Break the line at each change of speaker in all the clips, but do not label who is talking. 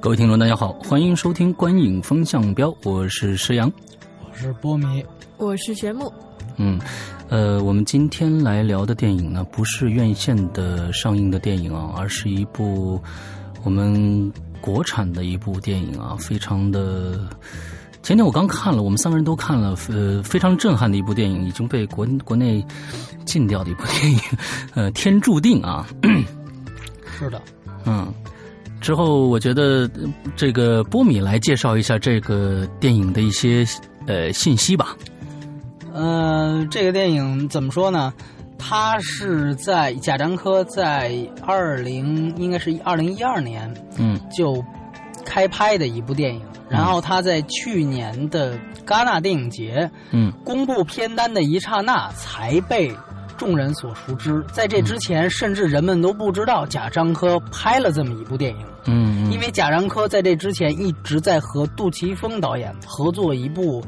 各位听众，大家好，欢迎收听《观影风向标》，我是石阳。
我是波迷，
我是玄木，
嗯，呃，我们今天来聊的电影呢，不是院线的上映的电影啊，而是一部我们国产的一部电影啊，非常的。前天我刚看了，我们三个人都看了，呃，非常震撼的一部电影，已经被国国内禁掉的一部电影， 呃，《天注定》啊，
是的，
嗯，之后我觉得呃这个波米来介绍一下这个电影的一些呃信息吧，
呃，这个电影怎么说呢？它是在贾樟柯在二零应该是二零一二年
嗯
就开拍的一部电影，然后他在去年的戛纳电影节
嗯
公布片单的一刹那才被众人所熟知。在这之前，甚至人们都不知道贾樟柯拍了这么一部电影。
嗯嗯
因为贾樟柯在这之前一直在和杜琪峰导演合作一部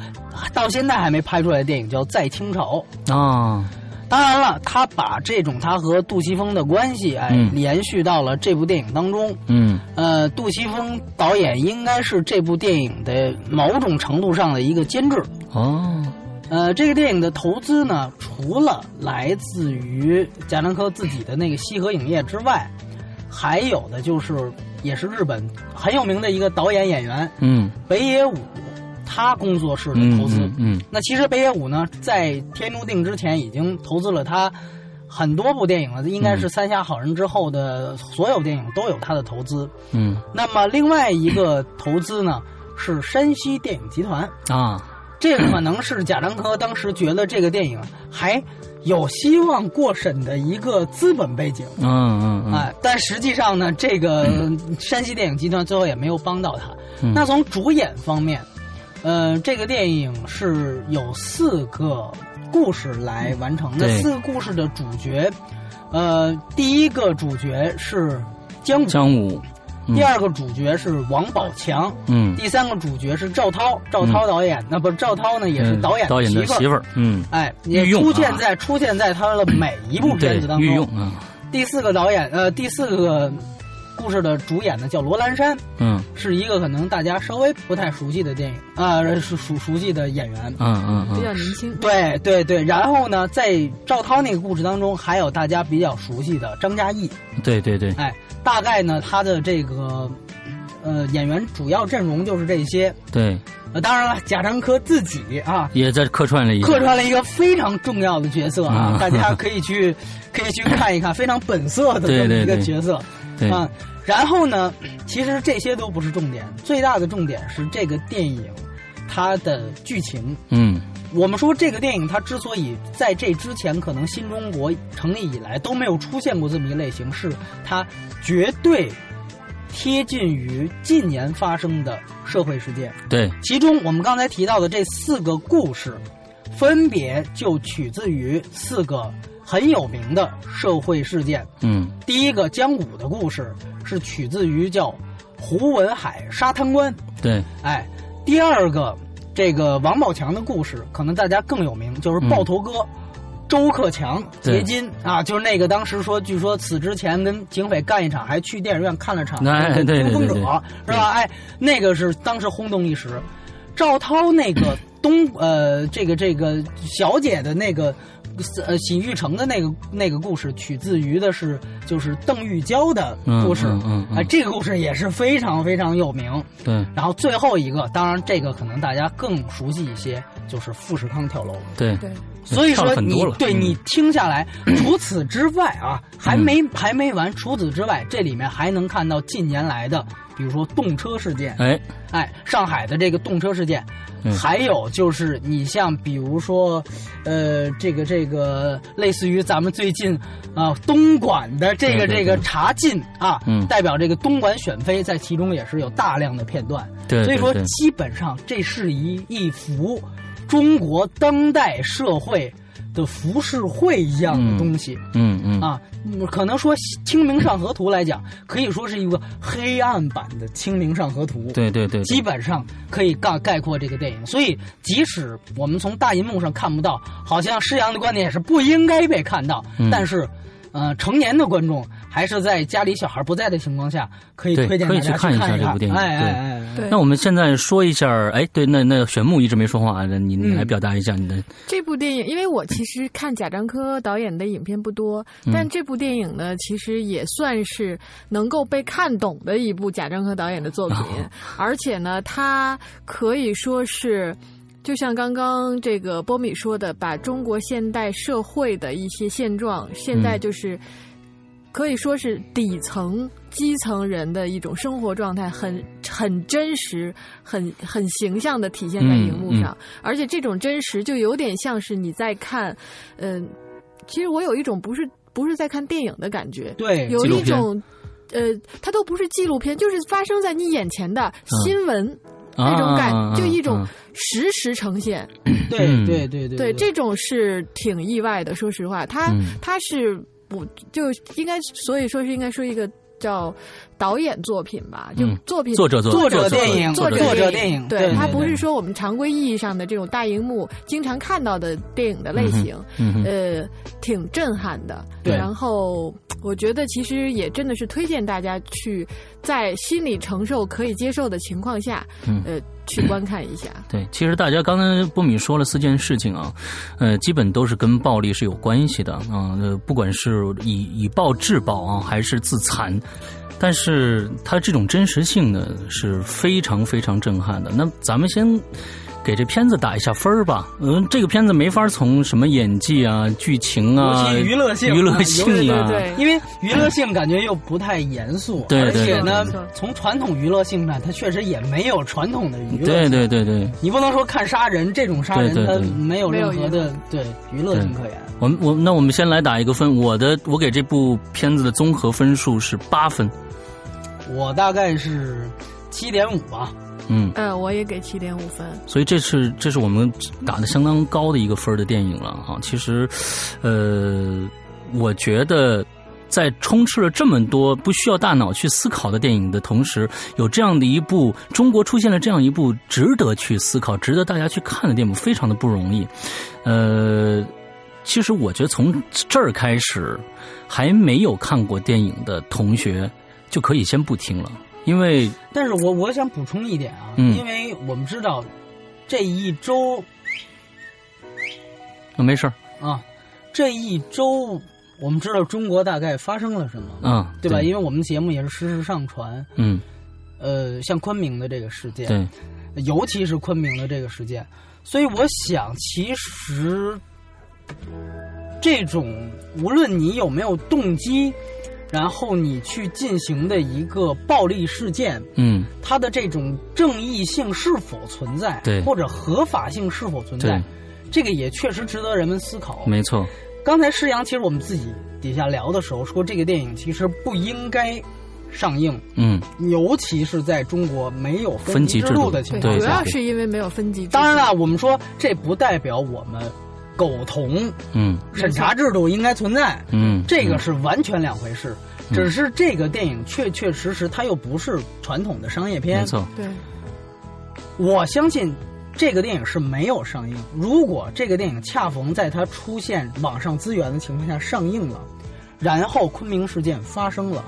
到现在还没拍出来的电影，叫《在清朝》。
啊，
当然了，他把这种他和杜琪峰的关系，哎，
嗯
连续到了这部电影当中。
嗯
呃，杜琪峰导演应该是这部电影的某种程度上的一个监制。
哦。
呃，这个电影的投资呢，除了来自于贾樟柯自己的那个西河影业之外，还有的就是也是日本很有名的一个导演演员
嗯，
北野武，他工作室的
嗯
投资。
嗯
那其实北野武呢，在《天注定》之前已经投资了他很多部电影了，应该
嗯
是《三峡好人》之后的所有电影都有他的投资。
嗯
那么另外一个投资呢，是山西电影集团。
嗯啊，
这可能是贾樟柯当时觉得这个电影还有希望过审的一个资本背景。
嗯嗯嗯，
哎，但实际上呢，这个山西电影集团最后也没有帮到他。
嗯
那从主演方面，呃，这个电影是有四个故事来完成的。
对
四个故事的主角，呃，第一个主角是姜武，
姜武，嗯
第二个主角是王宝强，
嗯，
第三个主角是赵涛，赵涛导演，那不是赵涛呢，也是导演
嗯导演的
媳
媳
妇儿。
妇儿，嗯，
哎，也
御用啊嗯
出现在出现在他的每一部片
对
子，当
御
中
用。啊，
第四个导演，呃，第四个故事的主演呢叫罗兰山，
嗯
是一个可能大家稍微不太熟悉的电影啊，熟熟熟悉的演员。
嗯嗯
比较
嗯，
年轻。
对对对，然后呢，在赵涛那个故事当中，还有大家比较熟悉的张嘉译。
对对对，
哎，大概呢，他的这个呃演员主要阵容就是这些。
对，
呃，当然了，贾樟柯自己啊，
也在客串了一下，
客串了一个非常重要的角色啊，
啊
大家可以去可以去看一看，非常本色 的
对
这么一
对
个
对
角色
对，
啊。然后呢，其实这些都不是重点，最大的重点是这个电影它的剧情。
嗯
我们说这个电影它之所以在这之前可能新中国成立以来都没有出现过这么一类型，是它绝对贴近于近年发生的社会事件。
对，
其中我们刚才提到的这四个故事，分别就取自于四个很有名的社会事件。
嗯
第一个姜武的故事是取自于叫胡文海沙滩观，
对，
哎，第二个这个王宝强的故事，可能大家更有名，就是爆头哥。周克强
嗯对
劫金啊，就是那个当时说，据说此之前跟警匪干一场，还去电影院看了场
哎
《
对对
跟风者
对》，
是吧？哎，那个是当时轰动一时。赵涛那个东呃，这个这个小姐的那个呃洗浴城的那个那个故事，取自于的是就是邓玉娇的
嗯
故事，
嗯嗯嗯
哎，这个故事也是非常非常有名。
对
然后最后一个，当然这个可能大家更熟悉一些，就是富士康跳楼。
对，
对，
所以
跳了
说
很
你
多了，
对
嗯
你听下来，除此之外啊，还没还没完。除此之外，这里面还能看到近年来的比如说动车事件，
哎，
哎，上海的这个动车事件，
嗯
还有就是你像比如说，呃，这个这个呃类似于咱们最近啊、东莞的这
对
个
对
这个
对
查禁啊，
嗯
代表这个东莞选妃，在其中也是有大量的片段，
对，
所以说
嗯对对
基本上这是一一幅中国当代社会的浮世绘一样的东西。
嗯嗯，
啊，嗯可能说《清明上河图》来讲，可以说是一个黑暗版的《清明上河图》。
对对对，对
基本上可以概概括这个电影。所以，即使我们从大银幕上看不到，好像施洋的观点也是不应该被看到，
嗯
但是。呃，成年的观众还是在家里小孩不在的情况下，可以
对
推荐
可
大
以
家
去看一
一
下这部电影
哎
对
哎哎，哎
对
那我们现在说一下儿，哎，对，那那玄牧一直没说话，那你你来表达一下你的，
这部电影，因为我其实看贾樟柯导演的影片不多，
嗯
但这部电影呢，其实也算是能够被看懂的一部贾樟柯导演的作品，
哦
而且呢，他可以说是。就像刚刚这个波米说的，把中国现代社会的一些现状，现
嗯
在就是可以说是底层基层人的一种生活状态，
嗯
很很真实、很很形象的体现在荧
嗯
幕上。而且这种真实就有点像是你在看，嗯、其实我有一种不是不是在看电影的感觉，
对，
有
纪录
一
片
种。呃，它都不是纪录片，就是发生在你眼前的新闻，
啊
那种感
啊啊
就一种
啊
实时呈现。
嗯
对对对对
对，这种是挺意外的。说实话，他
嗯
他是不就应该，所以说是应该说一个叫导演作品吧，就
嗯
作品
作者作
作者电影
作
作
者
作者电
电
影对
对
对
它
对
不是说我们常规意义上的这种大荧幕经常看到的电影的类型，
嗯哼
呃，挺震撼的。
对
然后我觉得其实也真的是推荐大家去在心理承受可以接受的情况下，
嗯
呃，去观看一下。
对，其实大家刚才波米说了四件事情啊，呃，基本都是跟暴力是有关系的啊、呃，不管是以以暴制暴啊，还是自残，但是它这种真实性呢是非常非常震撼的。那咱们先。给这片子打一下分儿吧，嗯，这个片子没法从什么演技啊、剧情啊、
尤其娱乐性
娱乐
啊
性啊，
对对
因为娱乐性感觉又不太严肃，
对
而
对
且
对
呢
没错，
从传统娱乐性上，它确实也没有传统的娱乐。
对对对对，
你不能说看杀人这种杀人，
对对对
它没有任何的对娱乐性可言。
我们我那我们先来打一个分，我的我给这部片子的综合分数是八分，
我大概是七点五吧，
嗯，
呃，我也给七点五分。
所以这是这是我们打的相当高的一个分儿的电影了哈。其实，呃，我觉得在充斥了这么多不需要大脑去思考的电影的同时，有这样的一部中国出现了这样一部值得去思考、值得大家去看的电影，非常的不容易。呃，其实我觉得从这儿开始，还没有看过电影的同学就可以先不听了，因为
但是我我想补充一点啊，
嗯
因为我们知道这一周
呃没事儿，
啊，这一周我们知道中国大概发生了什么，
嗯，
对吧？因为我们节目也是实时上传，
嗯，
呃，像昆明的这个事件，
对，
尤其是昆明的这个事件，所以我想，其实这种无论你有没有动机，然后你去进行的一个暴力事件，
嗯。
它的这种正义性是否存在，
对
或者合法性是否存在
对，
这个也确实值得人们思考。
没错，
刚才施洋，其实我们自己底下聊的时候说，这个电影其实不应该上映，
嗯，
尤其是在中国没有
分级
级
制
度
度
的情
对
况
对，主
对
要
对
是因为没有分级制度。
当然了，我们说这不代表我们苟同
嗯
审查制度应该存在，
嗯，
这个是完全两回事。只是这个电影确确实实，它又不是传统的商业
没
片。
错，
对，
我相信这个电影是没有上映。如果这个电影恰逢在它出现网上资源的情况下上映了，然后昆明事件发生了，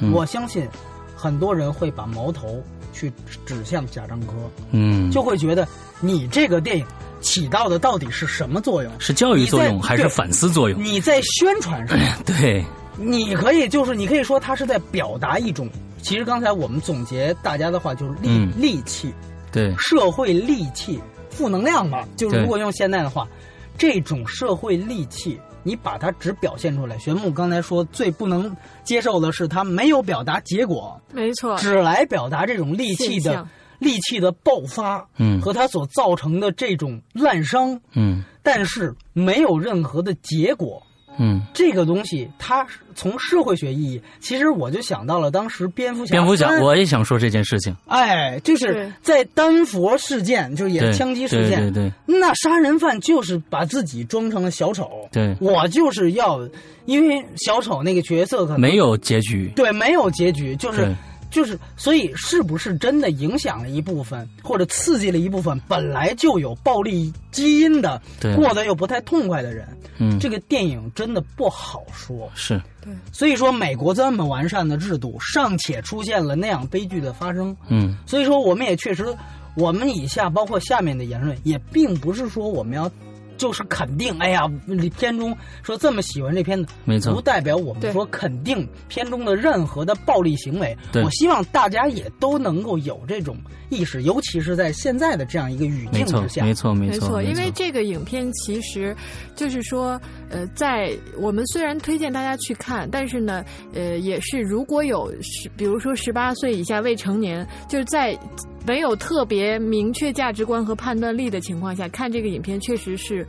嗯
我相信很多人会把矛头去指向贾樟柯。
嗯，
就会觉得你这个电影起到的到底是什么作用？
是教育作用
你在
还是
对
反思作用？
你在宣 传什么？
对，
你可以就是你可以说它是在表达一种，其实刚才我们总结大家的话就是戾
嗯
戾气、
对，
社会戾气、负能量吧。就是
对
如果用现代的话，这种社会戾气你把它只表现出来。玄牧刚才说最不能接受的是他没有表达结果，
没
啊
错，
只来表达这种戾气
现
的
象
戾气的爆发
嗯
和它所造成的这种滥伤，
嗯
但是没有任何的结果。
嗯，
这个东西，它是从社会学意义，其实我就想到了当时蝙蝠侠。
蝙蝠侠，我也想说这件事情，
哎，就是
对
在丹佛事件，就是也
对，
是枪击事
对
件，
对
那杀人犯就是把自己装成了小丑，
对
我就是要，因为小丑那个角色可
对，
能
没有结局，
对没有结局，就是
对
就是，所以是不是真的影响了一部分，或者刺激了一部分本来就有暴力基因的，
对
过得又不太痛快的人，
嗯，
这个电影真的不好说。
是
所以说，美国这么完善的制度，尚且出现了那样悲剧的发生，
嗯
所以说，我们也确实，我们以下包括下面的言论，也并不是说我们要就是肯定，哎呀，片中说这么喜欢这片子，
没错
不代表我
对
们说肯定片中的任何的暴力行为。
对
我希望大家也都能够有这种意识，尤其是在现在的这样一个语
没
境
错
之下
没。错没
没
错，
因为这个影片其实就是说，呃，在我们虽然推荐大家去看，但是呢，呃，也是如果有十，比如说十八岁以下未成年，就是在没有特别明确价值观和判断力的情况下看这个影片，确实是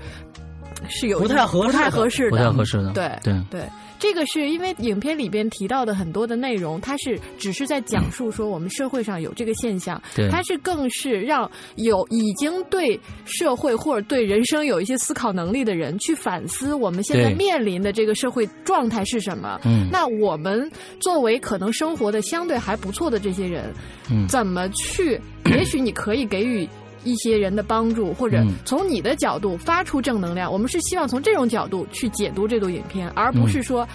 是有
不太合适的
不太合适的，
不太合适的，
对
对
对，这个是因为影片里边提到的很多的内容，它是只是在讲述说我们社会上有这个现象，
嗯对
它是更是让有已经对社会或者对人生有一些思考能力的人去反思我们现在
对
面临的这个社会状态是什么。
嗯
那我们作为可能生活的相对还不错的这些人，
嗯
怎么去？也许你可以给予一些人的帮助，或者
嗯
从你的角度发出正能量。我们是希望从这种角度去解读这部影片，而不
嗯
是说。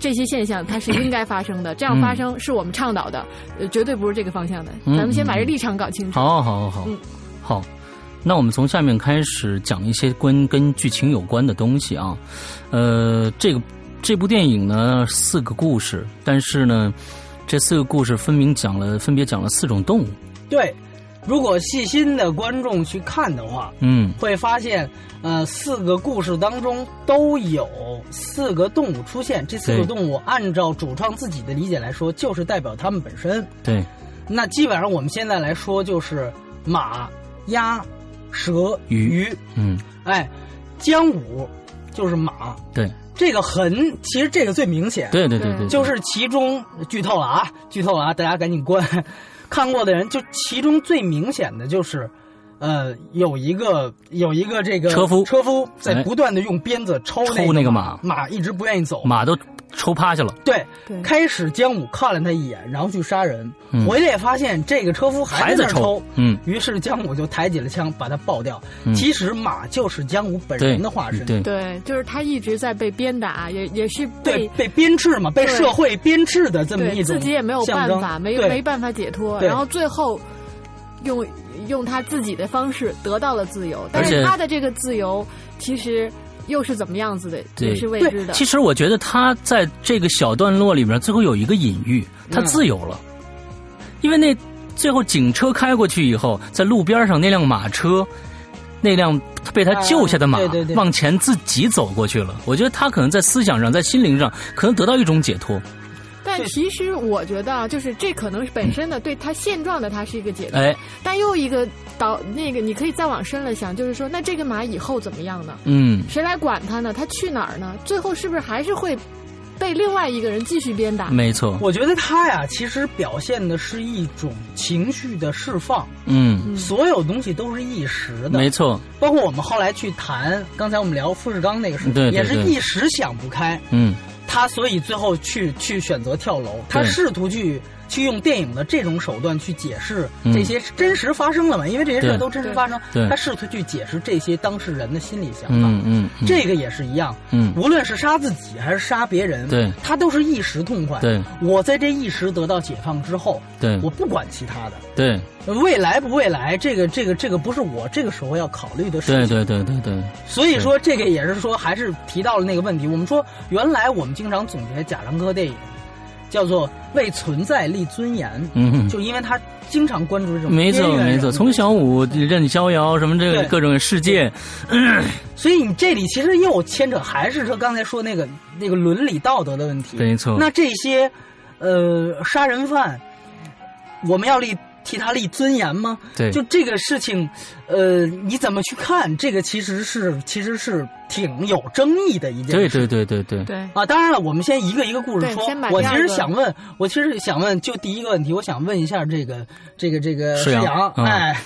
这些现象它是应该发生的，这样发生是我们倡导的，呃，绝对不是这个方向的。
嗯
咱们先把这立场搞清楚。
好好好好、
嗯
好，那我们从下面开始讲一些跟跟剧情有关的东西啊。呃，这个这部电影呢，四个故事，但是呢，这四个故事分明讲了分别讲了四种动物。
对，如果细心的观众去看的话，
嗯，
会发现，呃，四个故事当中都有四个动物出现。这四
对
个动物按照主创自己的理解来说，就是代表它们本身。
对，
那基本上我们现在来说，就是马、鸭、蛇、
鱼
鱼
嗯，
哎，姜武就是马。
对，
这个痕其实这个最明显，
对对对对，
就是其中剧透了啊，剧透了啊，大家赶紧关。 看过的人，就其中最明显的就是，呃，有一个有一个这个
车夫
车夫在
哎
不断的用鞭子抽
抽那
个
个
马
马，嗯
马一直不愿意走。
马都抽趴下了，
对，
对
开始姜武看了他一眼，然后去杀人，
嗯
回来发现这个车夫
还
在
在
那儿
抽。嗯，
于是姜武就抬起了枪，把他爆掉。
嗯
其实马就是姜武本
对
人的化身，
对，
对，就是他一直在被鞭打，也也是
对
被
被鞭笞嘛，被
对
社会鞭笞的这么
对
一种
自己也没有
象
办
征
法，没
对
没办法解脱，
对
然后最后用用他自己的方式得到了自由，但
而且
是他的这个自由其实又是怎么样子的，
对
也是未知的。
其实我觉得他在这个小段落里面最后有一个隐喻，
嗯
他自由了，因为那最后警车开过去以后，在路边上那辆马车，那辆被他救下的马、
啊对对对
往前自己走过去了。我觉得他可能在思想上，在心灵上可能得到一种解脱。
但其实我觉得啊，就是这可能是本身的对他现状的他是一个解脱，
哎，
但又一个导那个你可以再往深了想，就是说那这个马以后怎么样呢？
嗯，
谁来管他呢？他去哪儿呢？最后是不是还是会被另外一个人继续鞭打？
没错，
我觉得他呀，其实表现的是一种情绪的释放，
嗯，
所有东西都是一时
没
的，
错，
包括我们后来去谈，刚才我们聊富士康那个事情，
对对
也是
对
一时想不开，
嗯，
他所以最后去去选择跳楼，他
对
试图去去用电影的这种手段去解释
嗯
这些真实发生了嘛，因为这些事
对
儿都真实发生
对，
他试图去解释这些当事人的心理想法，
嗯嗯，嗯
这个也是一样，
嗯，
无论是杀自己还是杀别人，
对
他都是一时痛快，
对嗯
我在这一时得到解放之后，
对
我不管其他的，
对
未来不未来，这个这个这个不是我这个时候要考虑的事情。
对对对对对，
所以说，这个也是说，还是提到了那个问题。我们说，原来我们经常总结贾樟柯电影，叫做为存在立尊严。
嗯，
就因为他经常关注这种
没错
边缘人
没错，从小舞任逍遥什么这个
对
各种世界，
所以你这里其实又牵扯，还是说刚才说那个那个伦理道德的问题。
没错，
那这些，呃，杀人犯，我们要立替他立尊严吗？
对，
就这个事情，呃，你怎么去看？这个其实是其实是挺有争议的一件事。
对对对对对，
对，
啊，当然了，我们先一个一个故事
对
说
先把。
我
第
其
二
实
个
想问，我其实想问，就第一个问题，我想问一下这个这个这个
施
施
洋
洋，
嗯
哎，
啊，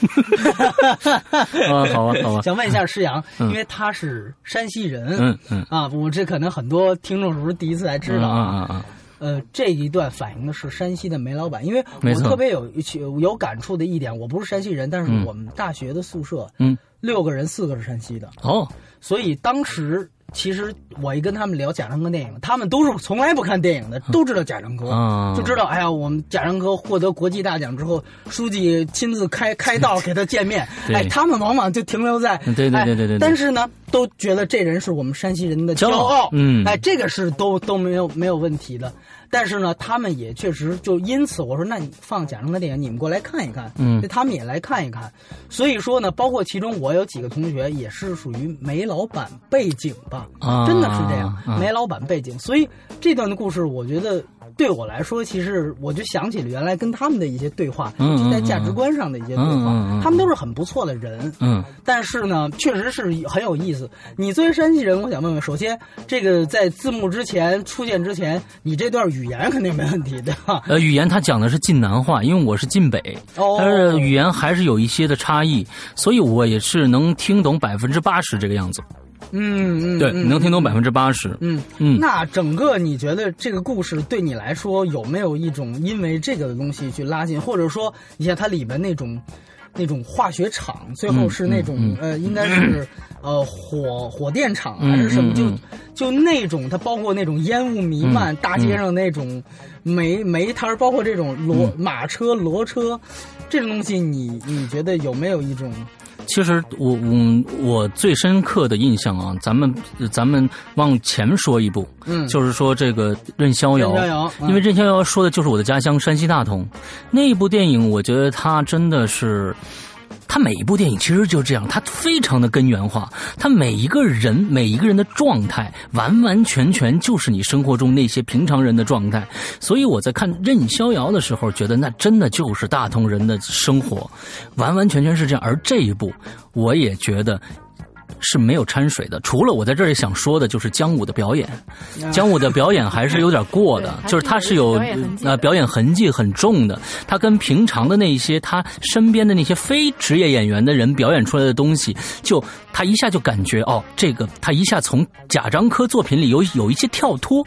好啊 好啊，
想问一下施洋，
嗯
因为他是山西人，
嗯嗯，
啊，我这可能很多听众是不是第一次才知道
啊啊啊，
呃，这一段反映的是山西的煤老板，因为
没
我
错
特别有有感触的一点，我不是山西人，但是
嗯
我们大学的宿舍、
嗯，
六个人，四个是山西的，
哦，
所以当时其实我一跟他们聊贾樟柯电影，他们都是从来不看电影的，都知道贾樟柯。
嗯啊，。
就知道，哎呀，我们贾樟柯获得国际大奖之后，书记亲自开开道给他见面
对
哎，他们往往就停留在，
嗯对对
哎
对对对对
但是呢，都觉得这人是我们山西人的
骄
骄
傲
傲。
嗯
哎，这个是都都没有没有问题的。但是呢，他们也确实就因此，我说那你放贾樟柯电影，你们过来看一看，
嗯
他们也来看一看。所以说呢，包括其中我有几个同学也是属于煤老板背景吧，
啊
真的是这样，
啊
煤老板背景。所以这段的故事，我觉得对我来说，其实我就想起了原来跟他们的一些对话，
嗯
尤其在
嗯
价值
嗯
观上的一些对
嗯
话，
嗯嗯
他们都是很不错的人，
嗯，
但是呢，确实是很有意思。你作为山西人，我想问问，首先这个在字幕之前出现之前，你这段语言肯定没问题，对吧？
呃，语言它讲的是晋南话，因为我是晋北，
哦
但是语言还是有一些的差异，所以我也是能听懂百分之八十这个样子。
嗯嗯，
对，
嗯
你能听懂百分之八十。
嗯
嗯
那整个你觉得这个故事对你来说有没有一种因为这个东西去拉近，或者说你像它里边那种那种化学厂，最后是那种、
嗯嗯
呃，应该是呃火火电厂啊
嗯
还是什么，
嗯
就就那种它包括那种烟雾弥漫，大街
嗯
上那种煤煤摊儿，包括这种骡、马车、骡车这种东西你，你觉得有没有一种
其实我我我最深刻的印象啊，咱们咱们往前说一步，
嗯，
就是说这个任逍遥，
逍遥嗯
因为任逍遥说的就是我的家乡山西大同，那一部电影，我觉得它真的是。他每一部电影其实就这样，他非常的根源化，他每一个人每一个人的状态，完完全全就是你生活中那些平常人的状态。所以我在看《任逍遥》的时候，觉得那真的就是大同人的生活，完完全全是这样。而这一部，我也觉得。是没有掺水的，除了我在这里想说的，就是姜武的表演，姜武的表演还是有点过的，
啊 对
就是他
还
是
是
有
有表演痕迹的
呃表演痕迹很重的，他跟平常的那些他身边的那些非职业演员的人表演出来的东西，就他一下就感觉哦，这个他一下从贾樟柯作品里有有一些跳脱，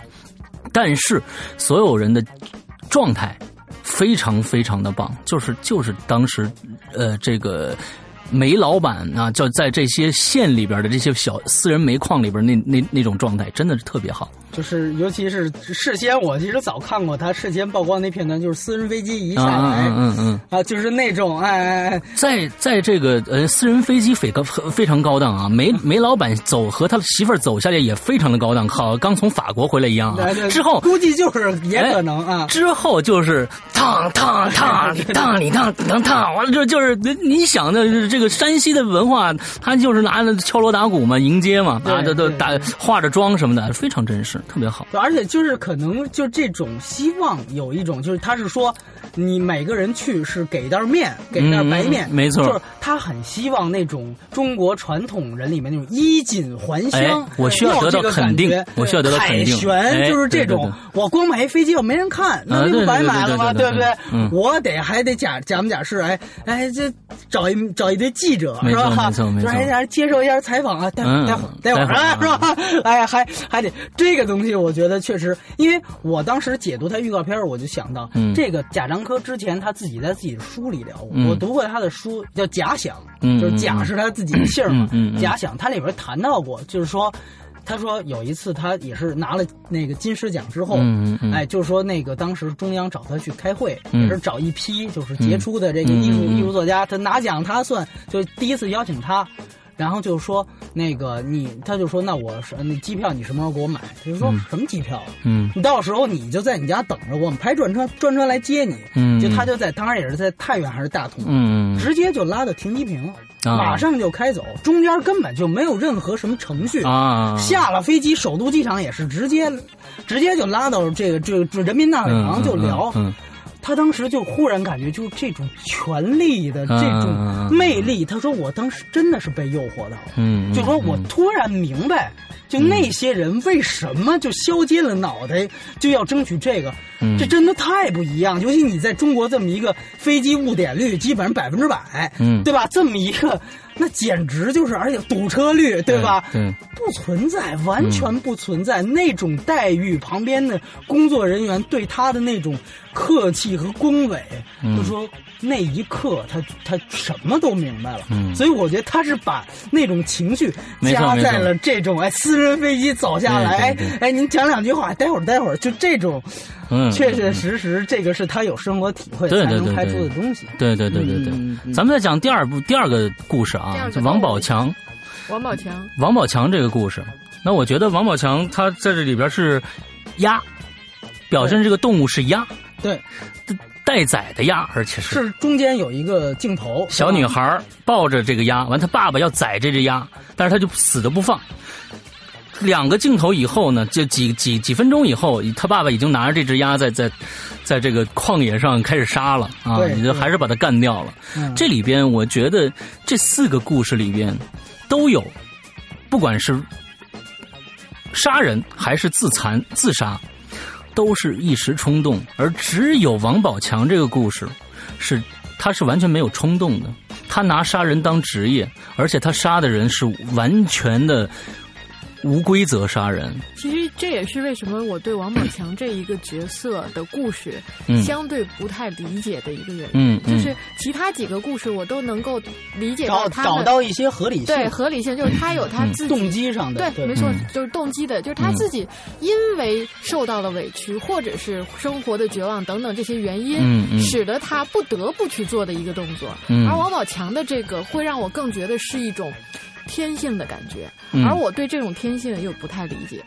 但是所有人的状态非常非常的棒，就是就是当时呃这个。煤老板啊，就在这些县里边的这些小私人煤矿里边那，那那种状态真的是特别好。
就是，尤其是事先，我其实早看过他事先曝光那片段，就是私人飞机一下
嗯
来，
嗯嗯嗯
啊，就是那种哎哎哎，
在在这个呃私人飞机非高非常高档啊，煤煤老板走和他媳妇儿走下来也非常的高档，好刚从法国回来一样啊
对对。
之后
哎估计就是也可能啊，
之后就是烫烫烫烫你烫你烫烫，完了之后就是你你想的这个山西的文化，他就是拿着敲锣打鼓嘛，迎接嘛，
对
啊，都都
对
打化着妆什么的，非常真实，特别好。
对而且就是可能就这种希望有一种，就是他是说你每个人去是给袋面，给袋白面，
嗯没错
就是他很希望那种中国传统人里面那种衣锦还乡，
哎我需要得到
这个
肯定
感觉
我需要得到肯定
凯旋
哎
就是
对
这种
对，
我光买一飞机又没人看，那
啊
不
对
白
对对
买了吗？
对对
不
对
对
嗯？
我得还得假假模假式，哎哎，这找一找一堆记者
没
是
错
吧？
没错没错
就是哎呀接受一下采访啊，待会
嗯
儿待会儿待会儿
待
啊是
会儿
吧？ 哎，还还得这个东西，我觉得确实，因为我当时解读他预告片儿，我就想到，
嗯
这个贾樟柯之前他自己在自己的书里聊过，
嗯
我读过他的书叫《假想》，
嗯
就是假是他自己的姓儿嘛，
嗯嗯嗯
假想他里边谈到过，就是说。他说有一次，他也是拿了那个金狮奖之后，
嗯嗯嗯
哎，就是说那个当时中央找他去开会，
嗯
也是找一批就是杰出的这个
嗯
艺术、
嗯嗯
艺术作家，他拿奖他算就第一次邀请他，然后就说那个你，他就说那我是那机票你什么时候给我买？他就说、什么机票啊？
嗯
你到时候你就在你家等着，我们派专车，专车来接你。
嗯
就他就在，当然也是在太原还是大同，
嗯
直接就拉到停机坪，
啊
马上就开走，中间根本就没有任何什么程序。
啊，
下了飞机，首都机场也是直接，直接就拉到这个这个这人民大会
嗯
堂就聊。
嗯
他当时就忽然感觉，就这种权力的
嗯
这
嗯嗯
种
嗯
魅力，他说我当时真的是被诱惑到了。
嗯，
就说我突然明白，就那些人为什么就削尖了脑袋就要争取这个，
嗯
这真的太不一样。尤其你在中国这么一个飞机误点率基本上百分之百，
嗯
对吧？这么一个，那简直就是，而且堵车率，对吧？
对，
不存在，完全不存在、那种待遇。旁边的工作人员对他的那种客气和恭维，
嗯
就说那一刻他他什么都明白了。
嗯
所以我觉得他是把那种情绪
没错
加
没错
在了这种哎，私人飞机走下来，哎
嗯对对
哎，您讲两句话，待会儿待会儿，就这种，
嗯，
确确实实，这个是他有生活体会
对
才
对
能
对
拍
对
出的东西。
对对对对对，咱们再讲第二部第二个故事啊，王宝强，
王宝强
王宝强这个故事，那我觉得王宝强他在这里边是鸭，表现这个动物是鸭，
对，
待宰的鸭，而且
是中间有一个镜头，
小女孩儿抱着这个鸭，完她爸爸要宰这只鸭，但是她就死都不放。两个镜头以后呢，就几几几分钟以后，他爸爸已经拿着这只鸭在在，在这个旷野上开始杀了啊！
对
你就
对
还是把它干掉了。
嗯
这里边我觉得这四个故事里边都有，不管是杀人还是自残自杀，都是一时冲动，而只有王宝强这个故事是他是完全没有冲动的，他拿杀人当职业，而且他杀的人是完全的无规则杀人。
其实这也是为什么我对王宝强这一个角色的故事
嗯
相对不太理解的一个原因。
嗯，嗯
就是其他几个故事我都能够理解
找
到他
找
们
到一些合理性，
对合理性，就是他有
嗯
他自己
动机上的，嗯
对，没错，就是动机的，就是他自己因为受到了委屈，或者是生活的绝望等等这些原因，
嗯嗯
使得他不得不去做的一个动作。
嗯
而王宝强的这个会让我更觉得是一种天性的感觉，
嗯
而我对这种天性又不太理解。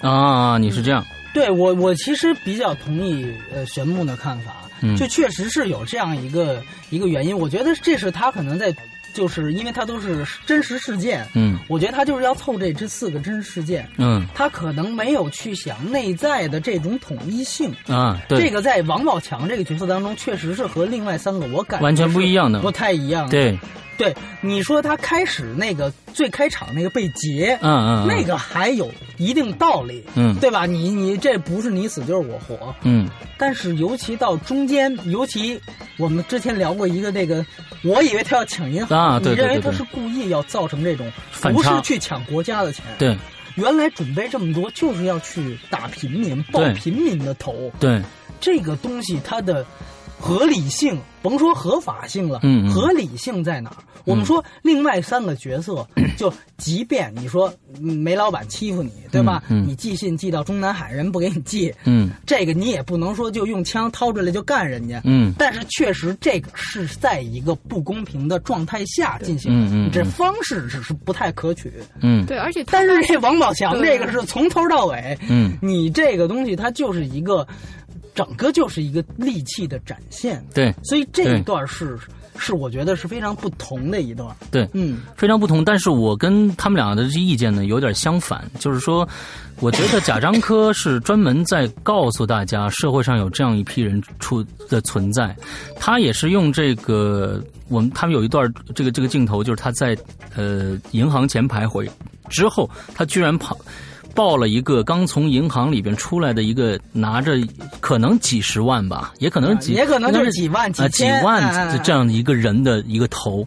啊，你是这样，
对我，我其实比较同意呃玄牧的看法，
嗯
就确实是有这样一个一个原因。我觉得这是他可能在，就是因为他都是真实事件，
嗯
我觉得他就是要凑这这四个真实事件，
嗯
他可能没有去想内在的这种统一性。
啊，对，
这个在王宝强这个角色当中，确实是和另外三个我感觉
完全不一样的
是不太一样的。
对，
对，你说他开始那个最开场那个被劫，
嗯嗯，嗯
那个还有一定道理，
嗯
对吧？你你这不是你死就是我活，
嗯
但是尤其到中间，尤其我们之前聊过一个那个，我以为他要抢银行，
啊对对
你认为
对
他
对
是故意要造成这种，
反
不是
差
去抢国家的钱，，
对
原来准备这么多就是要去打平民，爆
对
平民的头，
对，
这个东西它的合理性，甭说合法性了，
嗯嗯嗯
合理性在哪儿？我们说另外三个 角色，就即便你说嗯煤老板欺负你，对吧？
嗯嗯
你寄信寄到中南海，人不给你寄，
嗯
这个你也不能说就用枪掏出来就干人家。
嗯
但是确实，这个是在一个不公平的状态下进行的，
嗯嗯嗯
这方式只是不太可取。
嗯
对，而且他
但是这王宝强
对
啊
这个是从头到尾，
嗯
你这个东西它就是一个，整个就是一个利器的展现，
对
所以这
对
一段是是我觉得是非常不同的一段，
对，
嗯，
非常不同。但是我跟他们俩的意见呢有点相反，就是说，我觉得贾樟柯是专门在告诉大家，社会上有这样一批人出的存在。他也是用这个，我们他们有一段这个这个镜头，就是他在呃银行前徘徊之后，他居然跑。抱了一个刚从银行里边出来的一个拿着可能几十万吧，啊也可能几，
也可能就是
应该
几万
啊，几
千、嗯
万这这
样，
样的一个人的一个头，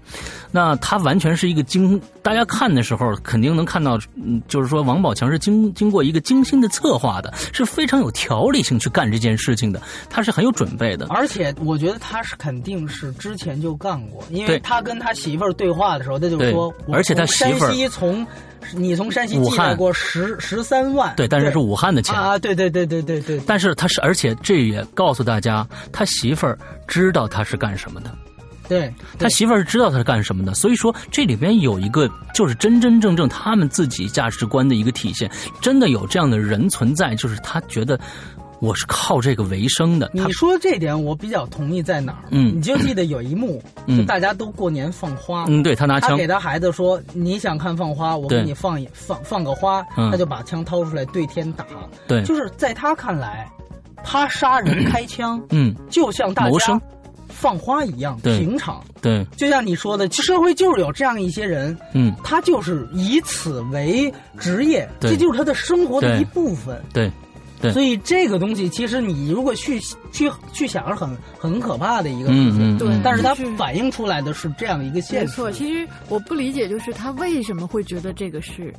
那他完全是一个精。大家看的时候，肯定能看到，嗯，就是说王宝强是经经过一个精心的策划的，是非常有条理性去干这件事情的，他是很有准备的。
而且我觉得他是肯定是之前就干过，因
对
为他跟他媳妇儿对话的时候，他就
对
说，我
而且他
从
媳妇儿
山西从你从山西
武
寄来
汉
过十十三万，
对，但是是武汉的钱，
啊，对对对对对对，
但是他是，而且这也告诉大家，他媳妇儿知道他是干什么的。
对，
他媳妇儿知道他是干什么的，所以说这里边有一个就是真真正正他们自己价值观的一个体现，真的有这样的人存在，就是他觉得我是靠这个为生的，他
你说这点我比较同意在哪儿？
嗯
你就记得有一幕，
嗯
就大家都过年放花，
嗯，对他拿
他
枪
给，他孩子说：“你想看放花，我
对
给你放一放放个花。
嗯
他就把枪掏出来对天打。
对，
就是在他看来，他杀 人开枪
嗯，
就像大
谋
家
生
放花一样
对
平常。
对，
就像你说的，社会就是有这样一些人，
嗯，
他就是以此为职业，
对
这就是他的生活的
对
一部分。
对， 对
所以这个东西，其实你如果去去去想，是很很可怕的一个东西。
嗯嗯，
对
嗯
但是它
就是
反映出来的是这样一个现
没
实。
错，其实我不理解，就是他为什么会觉得这个是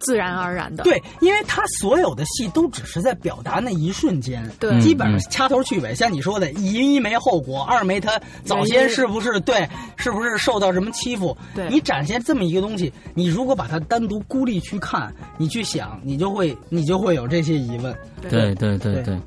自然而然的？
对，因为他所有的戏都只是在表达那一瞬间，
对
嗯
基本上掐头去尾。像你说的，一一没后果，二没他早先是不是对，是不是受到什么欺负？
对
你展现这么一个东西，你如果把它单独孤立去看，你去想，你就会你就会有这些疑问。
对对对
对嗯
对。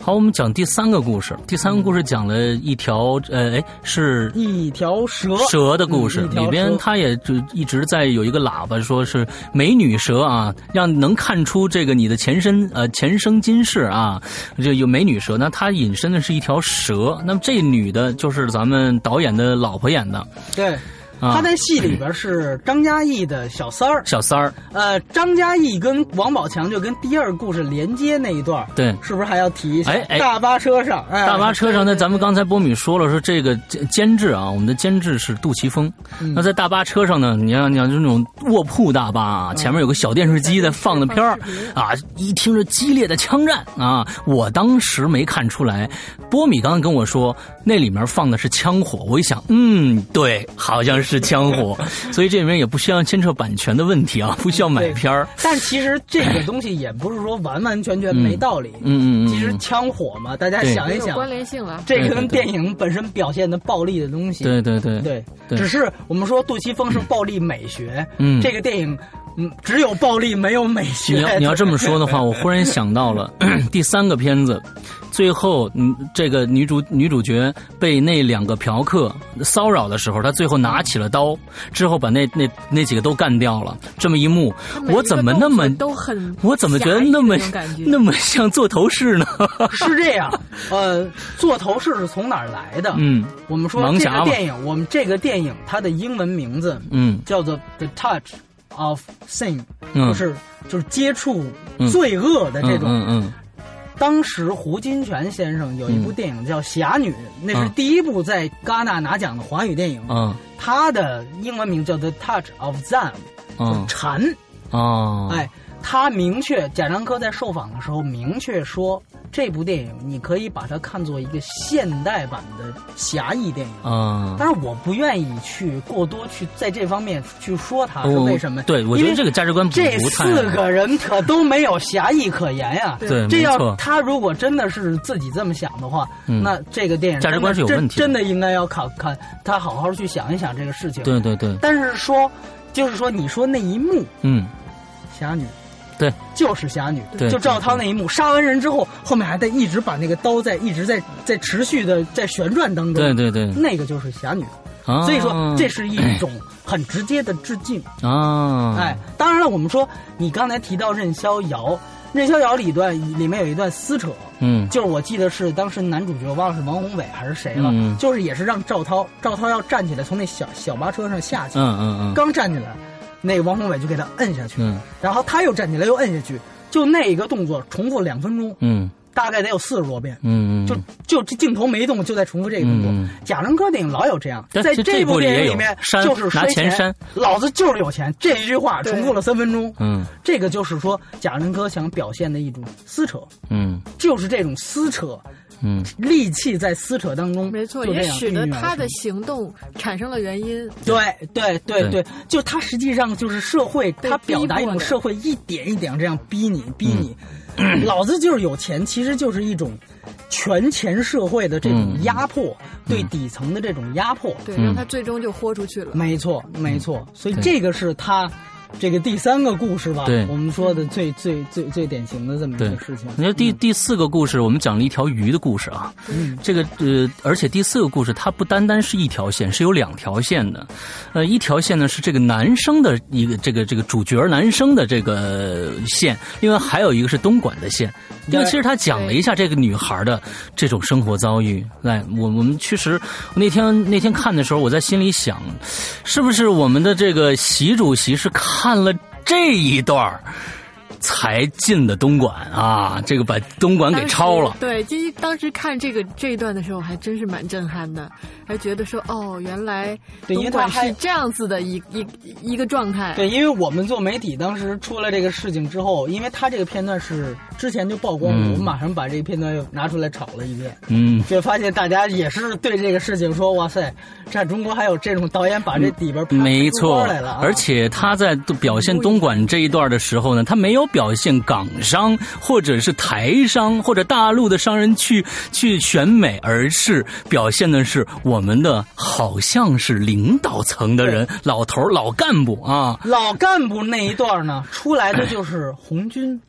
好，我们讲第三个故事。第三个故事讲了一条，呃，哎，是
一条蛇，
蛇的故事，
嗯一条
里边
蛇
他也就一直在有一个喇叭，说是美女蛇啊，让能看出这个你的前身呃前生今世啊，这有美女蛇。那她引申的是一条蛇，那么这女的就是咱们导演的老婆演的
对。
啊
他在戏里边是张嘉译的小三儿，
小三儿，
呃，张嘉译跟王宝强就跟第二故事连接那一段儿，
对。
是不是还要提一下？
哎哎
大巴车上，哎、
大巴车上，
对
那
对
咱们刚才波米说了，说这个监监制啊，我们的监制是杜琪峰。
嗯
那在大巴车上呢，你要你要就是那种卧铺大巴
嗯
啊，前面有个小电视机在放的片儿
放视频
啊，一听着激烈的枪战啊，我当时没看出来。波米刚刚跟我说那里面放的是枪火，我一想，嗯，对，好像是枪 火，所以这里面也不需要牵扯版权的问题啊，不需要买片儿。
但其实这个东西也不是说完完全全没道理。
嗯嗯嗯，
其实
嗯
枪火嘛，大家
对
想
没
一
有
想，
关联性了。
这
对对
跟
对
电影本身表现的暴力的东西，
对对对
对
对
只是我们说杜琪峰是暴力美学，
嗯
这个电影嗯只有暴力没有美学。
你要你要这么说的话，我忽然想到了第三个片子，最后嗯，这个女主女主角被那两个嫖客骚扰的时候，她最后拿起了刀，之后把那那那几个都干掉了。这么一幕
他，每一个
我怎么那么
动作都很，
我怎么觉得那么
感觉？
那么像做头饰呢？
是这样，呃，座头市是从哪儿来的？
嗯
我们说
盲
这
侠
个
嘛
电影，我们这个电影它的英文名字
嗯
叫做《The Touch of Sin》，
嗯，
就是就是接触
嗯
罪恶的这种
嗯嗯
当时胡金铨先生有一部电影叫《侠女》，那是第一部在戛纳拿奖的华语电影。
嗯
它的英文名叫《The Touch of Zam》，
嗯
蝉。
嗯哦，
哎，他明确，贾樟柯在受访的时候明确说，这部电影你可以把它看作一个现代版的侠义电影。
嗯。
但是我不愿意去过多去在这方面去说它是
我
为什么。
哦对，我
因
觉
为
得这个价值观不
这
不太
四个人可都没有侠义可言呀、
对
对，
这
没
要
错，
他如果真的是自己这么想的话，
嗯
那这个电影
价值观是有问题的
真的真的应该要考看他好好去想一想这个事情。，
对对对，
但是说，就是说，你说那一幕
嗯，
侠女，
对，
就是侠女，
对
就赵涛那一幕，杀完人之后，后面还在一直把那个刀在一直在在持续的在旋转当中，
对对对，
那个就是侠女。
啊
嗯
哎
所以说，这是一种很直接的致敬。
啊，
哎，当然了，我们说你刚才提到任逍遥，任逍遥里段里面有一段撕扯。
嗯，
就是我记得是当时男主角忘了是王宏伟还是谁了，
嗯
就是也是让赵涛，赵涛要站起来从那小小巴车上下去，
嗯嗯嗯，
刚站起来，那王宏伟就给他摁下去，
嗯
然后他又站起来又摁下去，就那一个动作重复两分钟，
嗯
大概得有四十多遍。
嗯，
就就这镜头没动，就在重复这个动作。
嗯
贾樟柯电影老有这样，
对
在
这这
这
部
部
里也
电影
有
里面
删
就是
拿
摔
钱删
老子就是有钱这一句话重复了三分钟。
嗯
这个就是说贾樟柯想表现的一种撕扯，
嗯
就是这种撕扯，
嗯
力气在撕扯当中，
没错，
就
也
这样
使得
孕育而
他的
成
行动产生了原因。
对对对
对
对，就他实际上就是社会，
被
他表达
逼
一
迫
种
的
社会一点一点这样逼你逼你，
嗯
老子就是有钱，其实就是一种权钱社会的这种
嗯
压迫，对底层的这种压迫，
对，
嗯
让他最终就豁出去了。
没错没错，所以
对
这个是他这个第三个故事吧，
对
我们说的最最最最典型嗯的这么一个
对
事情。
那第第四个故事，我们讲了一条鱼的故事啊。
嗯
这个呃，而且第四个故事它不单单是一条线，是有两条线的。呃，一条线呢是这个男生的一个这个这个主角男生的这个线，另外还有一个是东莞的线。因为其
对
实他讲了一下这个女孩的这种生活遭遇。来，我我们确实那天那天看的时候，我在心里想，是不是我们的这个习主席是看了这一段儿才进的东莞啊？这个把东莞给抄了
哎
当时。对，其实当时看这个这一段的时候，还真是蛮震撼的，还觉得说哦，原来
对因为
东莞
他还
是这样子的一一一个状态。
对，因为我们做媒体，当时出了这个事情之后，因为他这个片段是之前就曝光了，
嗯
我们马上把这个片段又拿出来炒了一遍，
嗯，
就发现大家也是对这个事情说：“哇塞，在中国还有这种导演把这里边拍
没
出花
错
来了、啊。”，
而且他在表现东莞这一段的时候呢，他没有表现港商或者是台商或者大陆的商人去去选美，而是表现的是我们的好像是领导层的人，老头儿老干部啊，
老干部那一段呢，出来的就是红军、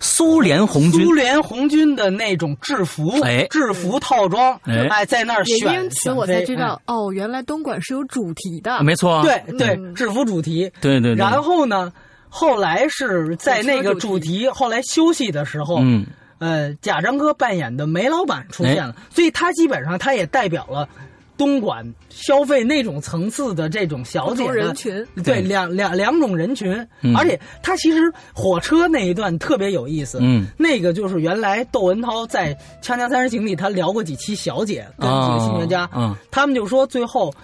苏联红军
苏。联红军的那种制服、
哎
制服套装，
哎
在那儿
也
选，
因此
选
我才
妃
知道、、哦，原来东莞是有主题的。
没错啊，
嗯对对，
嗯
制服主题。
对对对，
然后呢，后来是在那个主题，后来休息的时候，
嗯，
呃，贾樟柯扮演的梅老板出现
哎
了，所以他基本上他也代表了。东莞消费那种层次的这种小姐
不
的
同人群
对
对
两两两种人群，
嗯
而且他其实火车那一段特别有意思，
嗯
那个就是原来窦文涛在《锵锵三人行》里他聊过几期小姐跟几个新学家，
哦嗯
他们就说最后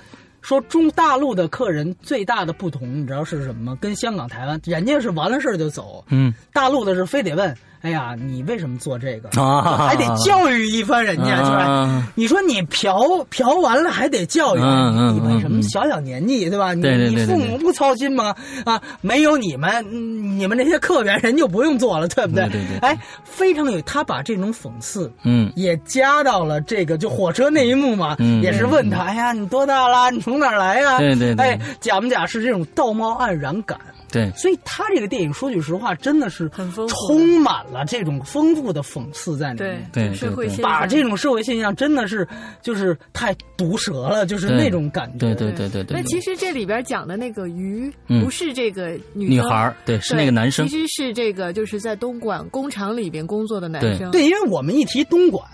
说中大陆的客人最大的不同，你知道是什么吗？跟香港、台湾，人家是完了事儿就走，
嗯
大陆的是非得问，哎呀，你为什么做这个？
啊，
还得教育一番人家，是吧
啊？
你说你嫖嫖完了还得教育，
嗯嗯
你们什么
嗯
小小年纪对吧？你
对对对
你
对
父
对
母不操心吗？啊，没有你们，嗯你们这些客源人就不用做了，对不
对对对对
哎，非常有，他把这种讽刺。
嗯
也加到了这个，就火车那一幕嘛，
嗯
也是问他，哎呀，你多大啦？你从哪儿来呀、
对对对
哎，假不假是这种道貌岸然感，
对，
所以他这个电影，说句实话，真的是
很丰富
充满了这种丰富的讽刺在里
对
面。
对
社
对
会
对
现
把
象
这种社会现象真的是就是太毒舌了，就是
对
那种感觉。
对对对对对。
那
对
其实这里边讲的那个鱼，
嗯
不是这个女
女
女
孩儿对是那个男生
其实是这个就是在东莞工厂里边工作的男生。
对因为我们一提东莞，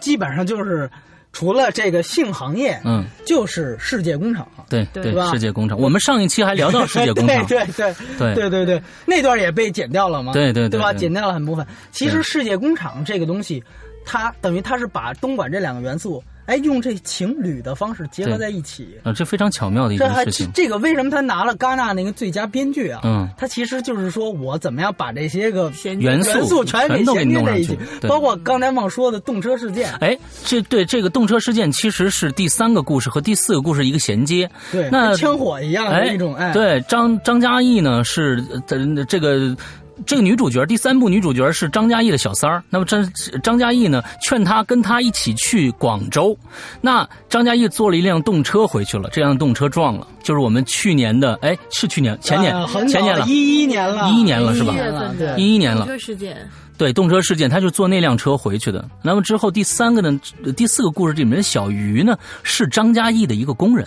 基本上就是除了这个性行业，
嗯，
就是世界工厂。
对
对
对
是吧
世界工厂，我们上一期还聊到世界工厂，
对对对
对
对对对，那段也被剪掉了嘛？
对对对
对吧？
对
剪掉了很部分。其实
对
世界工厂这个东西，它等于它是把东莞这两个元素，哎，用这情侣的方式结合
对
在一起。
啊，这非常巧妙的一
这
件
还
事情。
这个为什么他拿了戛纳那个最佳编剧啊？
嗯
他其实就是说我怎么样把这些个
衔接
元素
元素全给
全都给
衔接
弄
在
上
一
去
起，
对
包括刚才忘说的动车事件。
哎，这对这个动车事件其实是第三个故事和第四个故事一个衔接。
对，
那
跟枪火一样的一种哎，
对张张嘉译呢是呃这个。这个女主角，第三部女主角是张嘉译的小三儿。那么张张嘉译呢，劝她跟她一起去广州。那张嘉译坐了一辆动车回去了，这辆动车撞了，就是我们去年的，哎，是去年前年、
啊很早
前年了，
一一年了，
11年了是吧
一月份的
对
一一年了
这个事件，
对，动车事件，他就坐那辆车回去的。那么之后第三个呢，呃第四个故事里面的小鱼呢，是张嘉译的一个工人，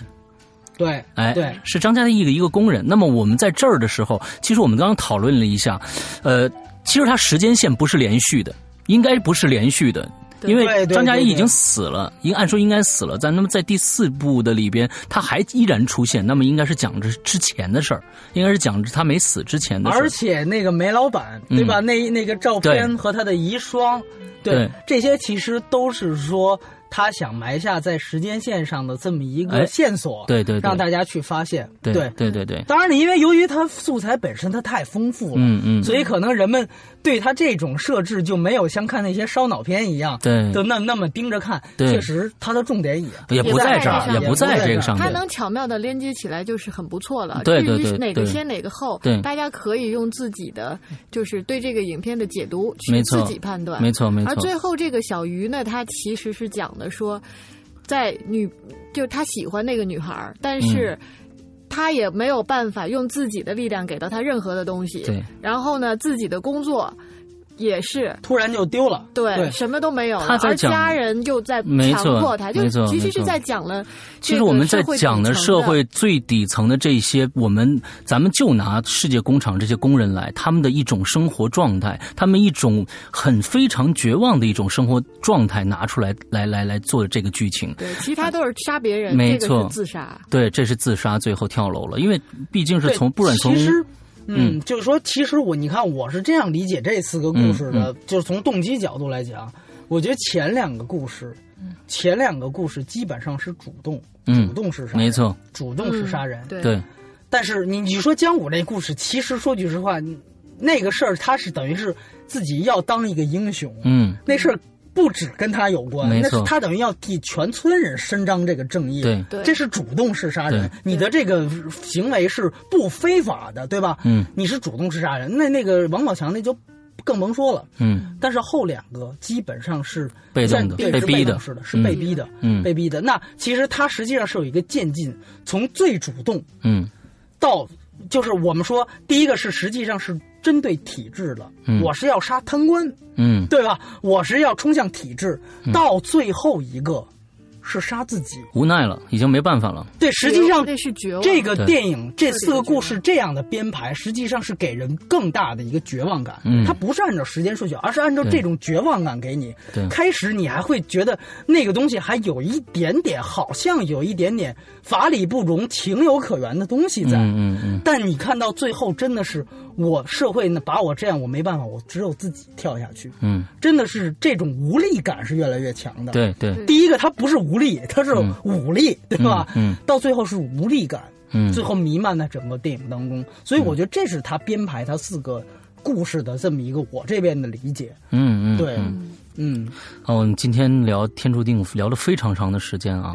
对，
哎，
对，
是张嘉译的一个工人。那么我们在这儿的时候，其实我们刚刚讨论了一下，呃，其实它时间线不是连续的，应该不是连续的。
对
因
对
为
对
张嘉译
对
已经死了，应按说应该死了，但那么在第四部的里边，他还依然出现，那么应该是讲着之前的事儿，应该是讲着他没死之前的事儿。
而且那个梅老板，对吧？那那个照片
对
和他的遗孀，对
嗯对
这些其实都是说他想埋下在时间线上的这么一个
哎
线索，
对对对
让大家去发现。
对对对对，
当然了，因为由于它素材本身它太丰富了，
嗯嗯
所以可能人们对它这种设置就没有像看那些烧脑片一样，
对
就那那么盯着看。
对
确实，它的重点也
也
也
不在
在
这
这
儿，
上
也
面
不在这个上
它
面。
能巧妙的连接起来，就是很不错了。
对对
至于
对
哪个
对
先哪个后，
对
大家可以用自己的就是对这个影片的解读去
没错
自己判断，
没错没
而
错，
最后这个小鱼呢，他其实是
嗯
讲的说，在女，就是他喜欢那个女孩儿，但是他也没有办法用自己的力量给到他任何的东西。
对，
然后呢，自己的工作也是
突然就丢了。
对，
对
什么都没有了，
他在
而
讲
家人又在
没
强
错
迫他，就
没错
其实
没
是
错
在讲了
其
这
实
个
我们在
社会底
讲的
层
社会最底层的这些，我们咱们就拿世界工厂这些工人来，他们的一种生活状态，他们一种很非常绝望的一种生活状态拿出来，来来来做这个剧情。
对，其他都是杀别人，
没
这个
错
是自杀。
对，这是自杀，最后跳楼了，因为毕竟是
对，
从不管从
其实，嗯，就是说，其实我你看，我是这样理解这四个故事
嗯
的，就是从动机角度来讲，我觉得前两个故事，
嗯
前两个故事基本上是主动，
嗯
主动是杀人，
没，错，
主动是杀人。
嗯对
对
但是你你说姜武那故事，其实说句实话，你那个事儿他是等于是自己要当一个英雄，啊
嗯
那事儿。不只跟他有关，
没
那
错
是他等于要替全村人伸张这个正义，
对
对
这是主动式杀人
对，
你的这个行为是不非法的，对吧？
嗯
你是主动式杀人，那那个王宝强那就更甭说了。
嗯
但是后两个基本上是
被动的
对
被
是
逼的
动式的，是被逼的，
嗯
被逼的。那其实他实际上是有一个渐进，从最主动
嗯
到就是我们说第一个是实际上是针对体制的，
嗯
我是要杀贪官，
嗯，
对吧？我是要冲向体制，到最后一个是杀自己。
无奈了，已经没办法了。
对，实际上
那是绝望。
这个
对
电影这四个故事这样的编排，实际上是给人更大的一个绝望感。
嗯
它不是按照时间顺序，而是按照
对
这种绝望感给你。
对
开始你还会觉得那个东西还有一点点，好像有一点点法理不容、情有可原的东西在。
嗯嗯嗯，
但你看到最后，真的是我社会呢把我这样，我没办法，我只有自己跳下去。
嗯，
真的是这种无力感是越来越强的。，
对对，
第一个它不是无力，它是武力，对吧？
嗯嗯
到最后是无力感。
嗯
最后弥漫在整个电影当中。所以我觉得这是他编排他四个故事的这么一个我这边的理解。
嗯嗯，
对
嗯，
嗯，
哦，我们今天聊《天注定》聊了非常长的时间 啊，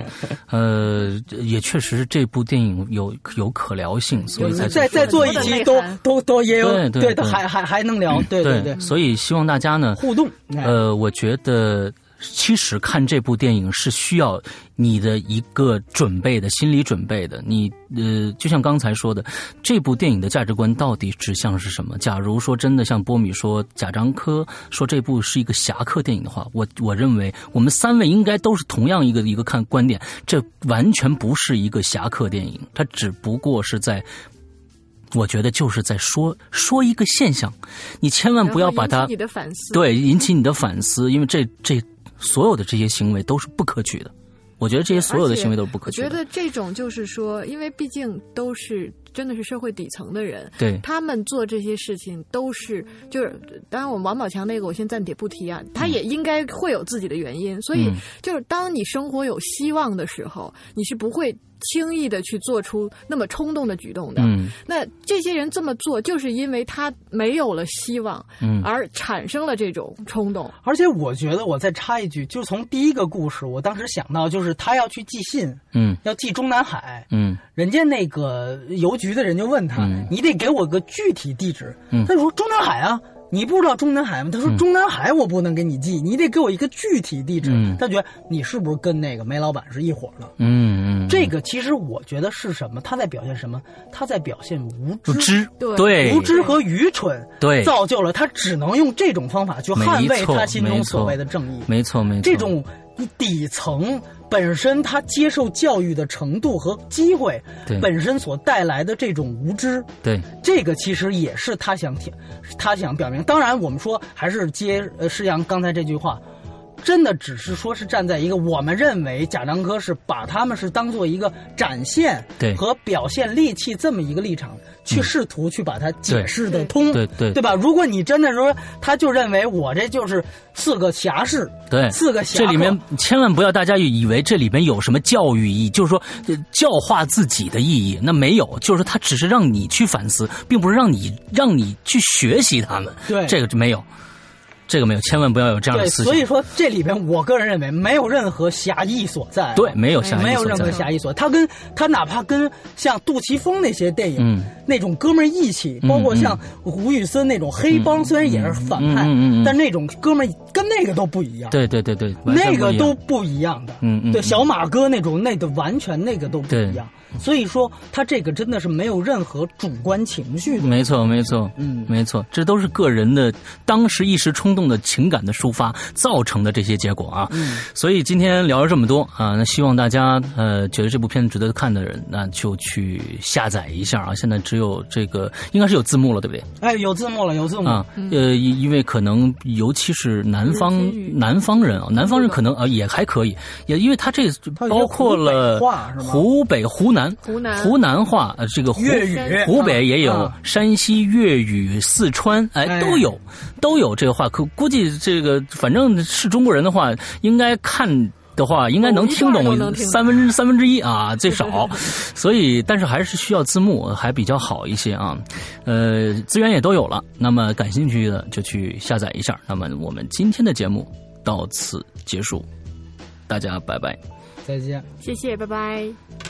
呃，也确实是这部电影有有可聊性，所以才
嗯再再做一期都
很多的内涵
都都也有
对对
对，
对嗯
还还还能聊，对
对
对，
所以希望大家呢，
互动。哎
呃，我觉得其实看这部电影是需要你的一个准备的心理准备的。你呃，就像刚才说的，这部电影的价值观到底指向是什么？假如说真的像波米说贾樟柯说这部是一个侠客电影的话，我我认为我们三位应该都是同样一个一个看观点，这完全不是一个侠客电影，它只不过是在。我觉得就是在说说一个现象，你千万
然后
不要把
引起
它
你的反思。
对，引起你的反思，因为这这所有的这些行为都是不可取的。我觉得这些所有的行为都是不可
我
取
觉
的。
得这种就是说，因为毕竟都是真的是社会底层的人，
对，
他们做这些事情都是就是，当然我们王宝强那个我先暂且不提啊，他也应该会有自己的原因。所以
嗯
就是当你生活有希望的时候，你是不会轻易的去做出那么冲动的举动的。
嗯
那这些人这么做，就是因为他没有了希望，
嗯
而产生了这种冲动。
而且我觉得，我再插一句，就是从第一个故事，我当时想到就是他要去寄信，
嗯
要寄中南海，
嗯
人家那个邮局的人就问他：“
嗯
你得给我个具体地址。
嗯
他就说：“中南海啊，你不知道中南海吗？”他说：“中南海我不能给你寄，你得给我一个具体地址。
嗯
他觉得你是不是跟那个梅老板是一伙的？
嗯嗯，
这个其实我觉得是什么？他在表现什么？他在表现无
无
知。
知，
对
对，
无知和愚蠢，
对
造就了他只能用这种方法去捍卫
没错
他心中
没错
所谓的正义。
没错没错，
这种底层本身他接受教育的程度和机会
对，
本身所带来的这种无知，
对
这个其实也是他想提，他想表明。当然，我们说还是接呃施阳刚才这句话。真的只是说是站在一个我们认为贾樟柯是把他们是当做一个展现
对嗯
和表现利器这么一个立场去试图去把它解释的通，
对对
对吧？如果你真的说他就认为我这就是四个侠士，
对，
四个侠
这
客
里面千万不要大家以为这里面有什么教育意义，就是说呃教化自己的意义，那没有，就是它只是让你去反思，并不是让你让你去学习他们，
对
这个就没有，这个没有，千万不要有这样的
对，
思想。
所以说这里边我个人认为没有任何狭义所在。啊
对，没有下一
没有
所
任
在
何狭义所，他跟他哪怕跟像杜琪峰那些电影、
嗯
那种哥们儿义气，包括像吴宇森那种黑帮，虽然也是反派，
嗯嗯嗯嗯嗯
但那种哥们儿跟那个都不一样，
对对对对，完全
那
不
个
一样
都不一样的。
嗯嗯
对，
嗯
小马哥那种那个完全那个都不一样，所以说他这个真的是没有任何主观情绪的。
没错，没错，
嗯
没错，这都是个人的当时一时冲动的情感的抒发造成的这些结果啊。
嗯
所以今天聊了这么多啊，那希望大家呃觉得这部片子值得看的人，那就去下载一下啊。现在只有这个应该是有字幕了，对不对？
哎，有字幕了，有字幕。
啊，呃，因因为可能尤其是南方
日语
南方人啊，南方人可能啊也还可以，也因为他这
嗯它有些
包括了
湖北话是吗
湖北、湖南、
湖南
湖南话，呃，这个湖
粤语
湖北也有
啊
山西粤语、四川，哎，
哎
都有都有这个话。可估计这个反正是中国人的话，应该看。的话，应该能听
哦
懂
一半儿都能听懂
三分之三分之一啊，最 少。所以，但是还是需要字幕，还比较好一些啊。呃，资源也都有了，那么感兴趣的就去下载一下。那么我们今天的节目到此结束，大家拜拜。
再见。
谢谢，拜拜。